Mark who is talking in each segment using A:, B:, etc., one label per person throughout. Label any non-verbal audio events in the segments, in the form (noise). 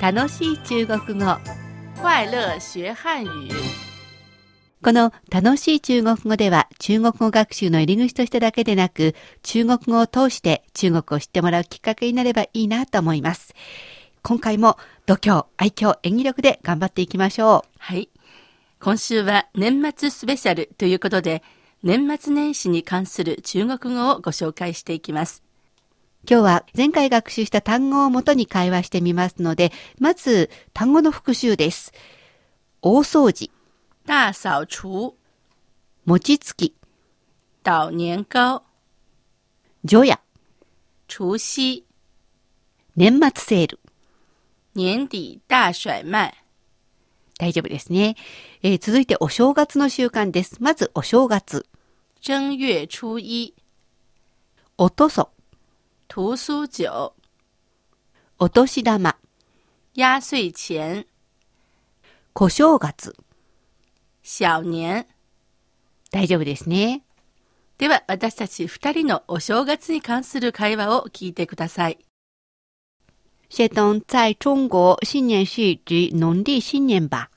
A: 楽しい中国語
B: 快乐学汉语。
A: この楽しい中国語では中国語学習の入り口としてだけでなく中国語を通して中国を知ってもらうきっかけになればいいなと思います。今回も度胸、愛嬌、演技力で頑張っていきましょう。
B: はい。今週は年末スペシャルということで、年末年始に関する中国語をご紹介していきます。
A: 今日は前回学習した単語をもとに会話してみますので、まず単語の復習です。大掃除、
B: 大扫除、
A: 餅つき、
B: 捣年糕、
A: 除夜、
B: 除夕、
A: 年末セール。
B: 年底大甩卖。
A: 大丈夫ですね。えー続いてお正月の習慣です。まずお正月。
B: 正月初一，
A: おとそ、
B: 屠苏酒，
A: お年玉、
B: 压岁钱，
A: 小正月。
B: 小年。
A: 大丈夫ですね。
B: では、私たち二人のお正月に関する会話を聞いてください。
A: 谢东在中国新年是指农历新年吧？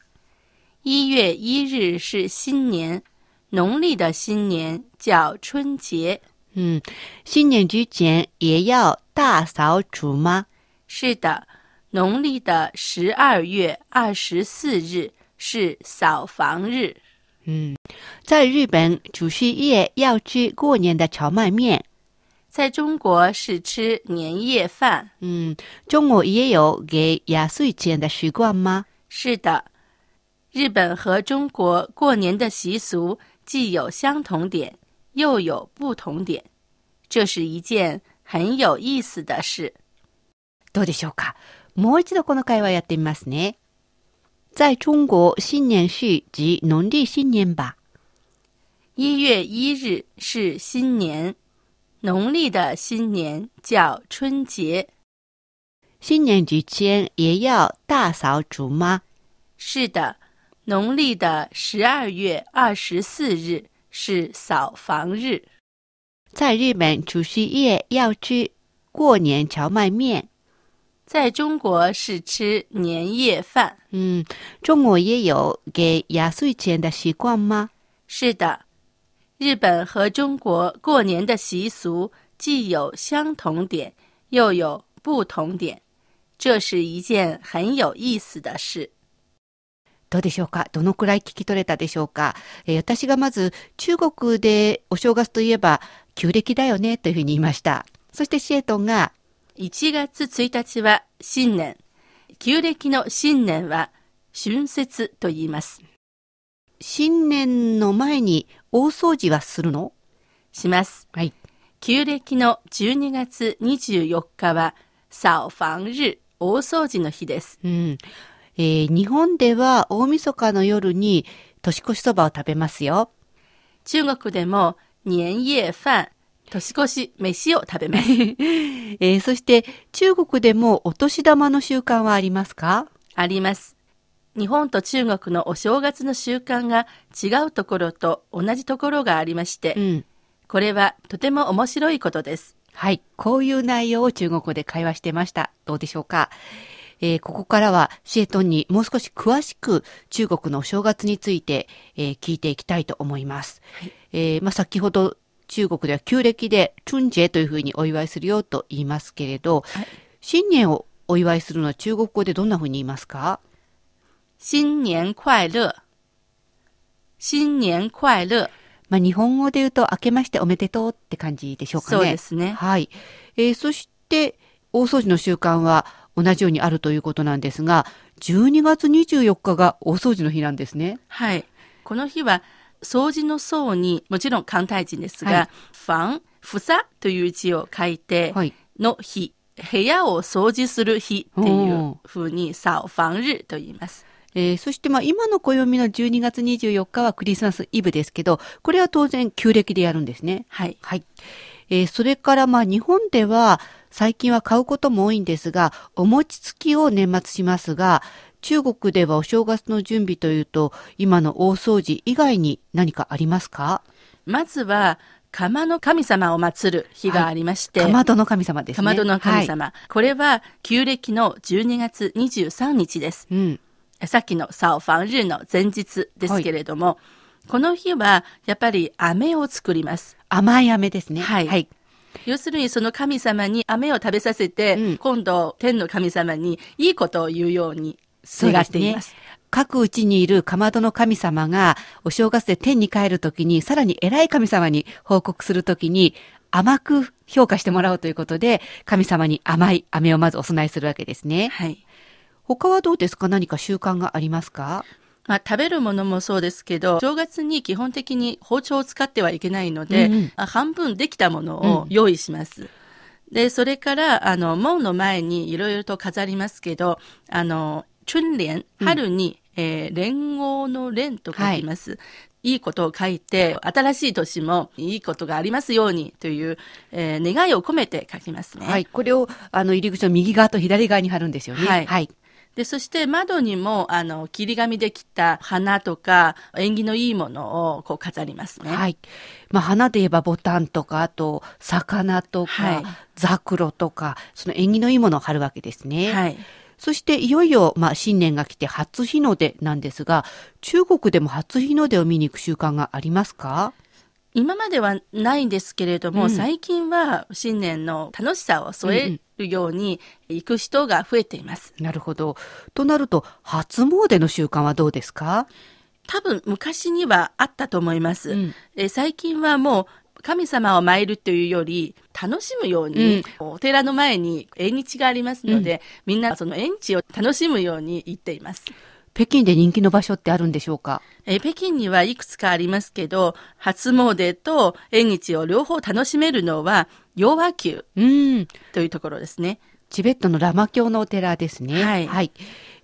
B: 一月一日是新年，农历的新年叫春节。
A: 嗯，新年之前也要大扫除吗？
B: 是的，农历的十二月二十四日是扫房日。
A: 嗯，在日本除夕夜要吃过年的荞麦面。
B: 在中国是吃年夜饭。
A: 嗯，中国也有给压岁钱的习惯吗？
B: 是的，日本和中国过年的习俗既有相同点，又有不同点，这是一件很有意思的事。
A: どうでしょうかもう一度この会話やってみますね。在中国新年是指农历新年吧？
B: 一月一日是新年，农历的新年叫春节。
A: 新年之前也要大扫除吗？
B: 是的，农历的十二月二十四日是扫房日。
A: 在日本除夕夜要吃过年荞麦面。
B: 在中国是吃年夜饭。
A: 嗯，中国也有给压岁钱的习惯吗？
B: 是的，日本和中国过年的习俗既有相同点，又有不同点，这是一件很有意思的事。
A: どうでしょうかどのくらい聞き取れたでしょうか、えー私がまず中国でお正月といえば旧暦だよねというふうに言いました。そしてシエトンが
B: 1月1日は新年、旧暦の新年は春節と言います。
A: 新年の前に大掃除はするの
B: します。
A: はい。
B: 旧暦の12月24日は扫房日、大掃除の日です。
A: うん。えー日本では大晦日の夜に年越しそばを食べますよ。
B: 中国でも年夜飯、年越し飯を食べます。
A: (laughs) えーそして中国でもお年玉の習慣はありますか
B: あります。日本と中国のお正月の習慣が違うところと同じところがありまして、
A: うん。
B: これはとても面白いことです。
A: はい。こういう内容を中国語で会話してました。どうでしょうかえーここからはシエトンにもう少し詳しく中国のお正月について、えー聞いていきたいと思います。えーまあ、先ほど中国では旧暦で春節というふうにお祝いするよと言いますけれど、
B: はい
A: 新年をお祝いするのは中国語でどんなふうに言いますか
B: 新年快乐。新年快乐。
A: まあ、日本語で言うと明けましておめでとうって感じでしょうかね。
B: そうですね。
A: はい。えーそして、大掃除の習慣は同じようにあるということなんですが、12月24日が大掃除の日なんですね。
B: はい。この日は、掃除の層に、もちろん簡体字です
A: は
B: が、ファン、ふさという字を書いて、
A: はい。
B: の日、部屋を掃除する日ってい
A: おー
B: う風に、掃房日と言います。
A: えーそして、まあ、今の暦の12月24日はクリスマスイブですけど、これは当然旧暦でやるんですね。
B: はい。
A: はい。えーそれから、まあ、日本では、最近は買うことも多いんですが、お餅つきを年末しますが、中国ではお正月の準備というと、今の大掃除以外に何かありますか
B: まずは、釜の神様を祀る日がありまして、
A: かまどの神様ですね。
B: かまどの神
A: はい
B: 様、これは旧暦の12月23日です。
A: うん。
B: さっきのサオファン日の前日ですけれども、この日はやっぱり飴を作ります。
A: 甘い飴ですね。
B: はい
A: はい。
B: 要するにその神様に飴を食べさせて、
A: うん
B: 今度天の神様にいいことを言うように
A: そう
B: 願
A: で
B: っ
A: す
B: てい
A: ね
B: ます。。
A: 各うちにいるかまどの神様が、お正月で天に帰るときに、さらに偉い神様に報告するときに、甘く評価してもらおうということで、神様に甘い飴をまずお供えするわけですね。
B: はい。
A: 他はどうですか何か習慣がありますか
B: まあ、食べるものもそうですけど、正月に基本的に包丁を使ってはいけないので、
A: うんうん
B: あ半分できたものを用意します。で、それから、あの、門の前にいろいろと飾りますけど、あの、春蓮、春に、えー連合の連と書きます。いいことを書いて、新しい年もいいことがありますようにという、えー願いを込めて書きますね。
A: はい。これを、あの、入り口の右側と左側に貼るんですよね。
B: はい
A: はい。
B: で、そして窓にも、あの、切り紙で切った花とか、縁起のいいものをこう飾りますね。
A: はい。まあ、花で言えばボタンとか、あと、魚とか、
B: はい
A: ザクロとか、その縁起のいいものを貼るわけですね。
B: はい。
A: そして、いよいよ、まあ、新年が来て初日の出なんですが、中国でも初日の出を見に行く習慣がありますか
B: 今まではないんですけれども、
A: うん
B: 最近は新年の楽しさを添えるように行く人が増えています。
A: なるほど。となると、初詣の習慣はどうですか
B: 多分昔にはあったと思います。
A: うん
B: え最近はもう神様を参るというより、楽しむように、お寺の前に縁日がありますので、みんなその縁日を楽しむように行っています。
A: 北京で人気の場所ってあるんでしょうか
B: えー北京にはいくつかありますけど、初詣と縁日を両方楽しめるのは、洋和宮
A: うん。
B: というところですね。
A: チベットのラマ教のお寺ですね。
B: はい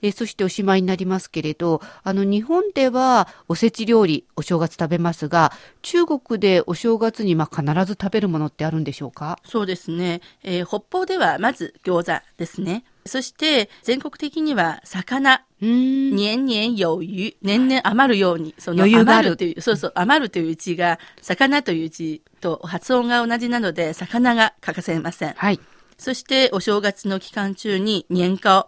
A: えーそしておしまいになりますけれど、あの、日本ではおせち料理、お正月食べますが、中国でお正月にまあ必ず食べるものってあるんでしょうか
B: そうですね。えー北方ではまず餃子ですね。そして、全国的には魚、
A: うん。
B: 年々有余、年々余るように、その
A: 余裕がある
B: 余るという、そうそう、余るという字が、魚という字と発音が同じなので、魚が欠かせません。 (laughs)
A: はい。
B: そして、お正月の期間中に年間を、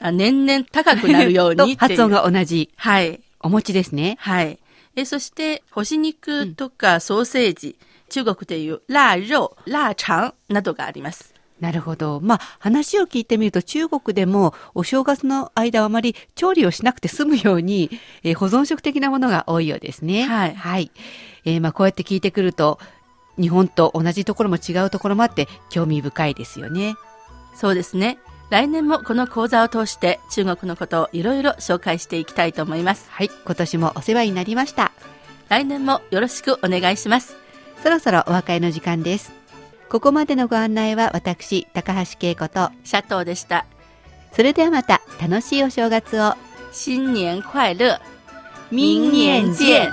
B: あ年々高くなるよう
A: (laughs)
B: に
A: と発音
B: が。
A: が同じ。
B: はい。
A: お餅ですね。
B: はい。え、そして、干し肉とかソーセージ、中国でいう腊肉、腊肠などがあります。
A: なるほど。まあ、話を聞いてみると、中国でもお正月の間はあまり調理をしなくて済むように、えー保存食的なものが多いようですね。
B: はい
A: はい。えーまあ、こうやって聞いてくると、日本と同じところも違うところもあって、興味深いですよね。
B: そうですね。来年もこの講座を通して中国のことをいろいろ紹介していきたいと思います。
A: はい。今年もお世話になりました。
B: 来年もよろしくお願いします。
A: そろそろお別れの時間です。ここまでのご案内は私、高橋恵子と、
B: シャトーでした。
A: それではまた楽しいお正月を。
B: 新年快乐。
A: 明年见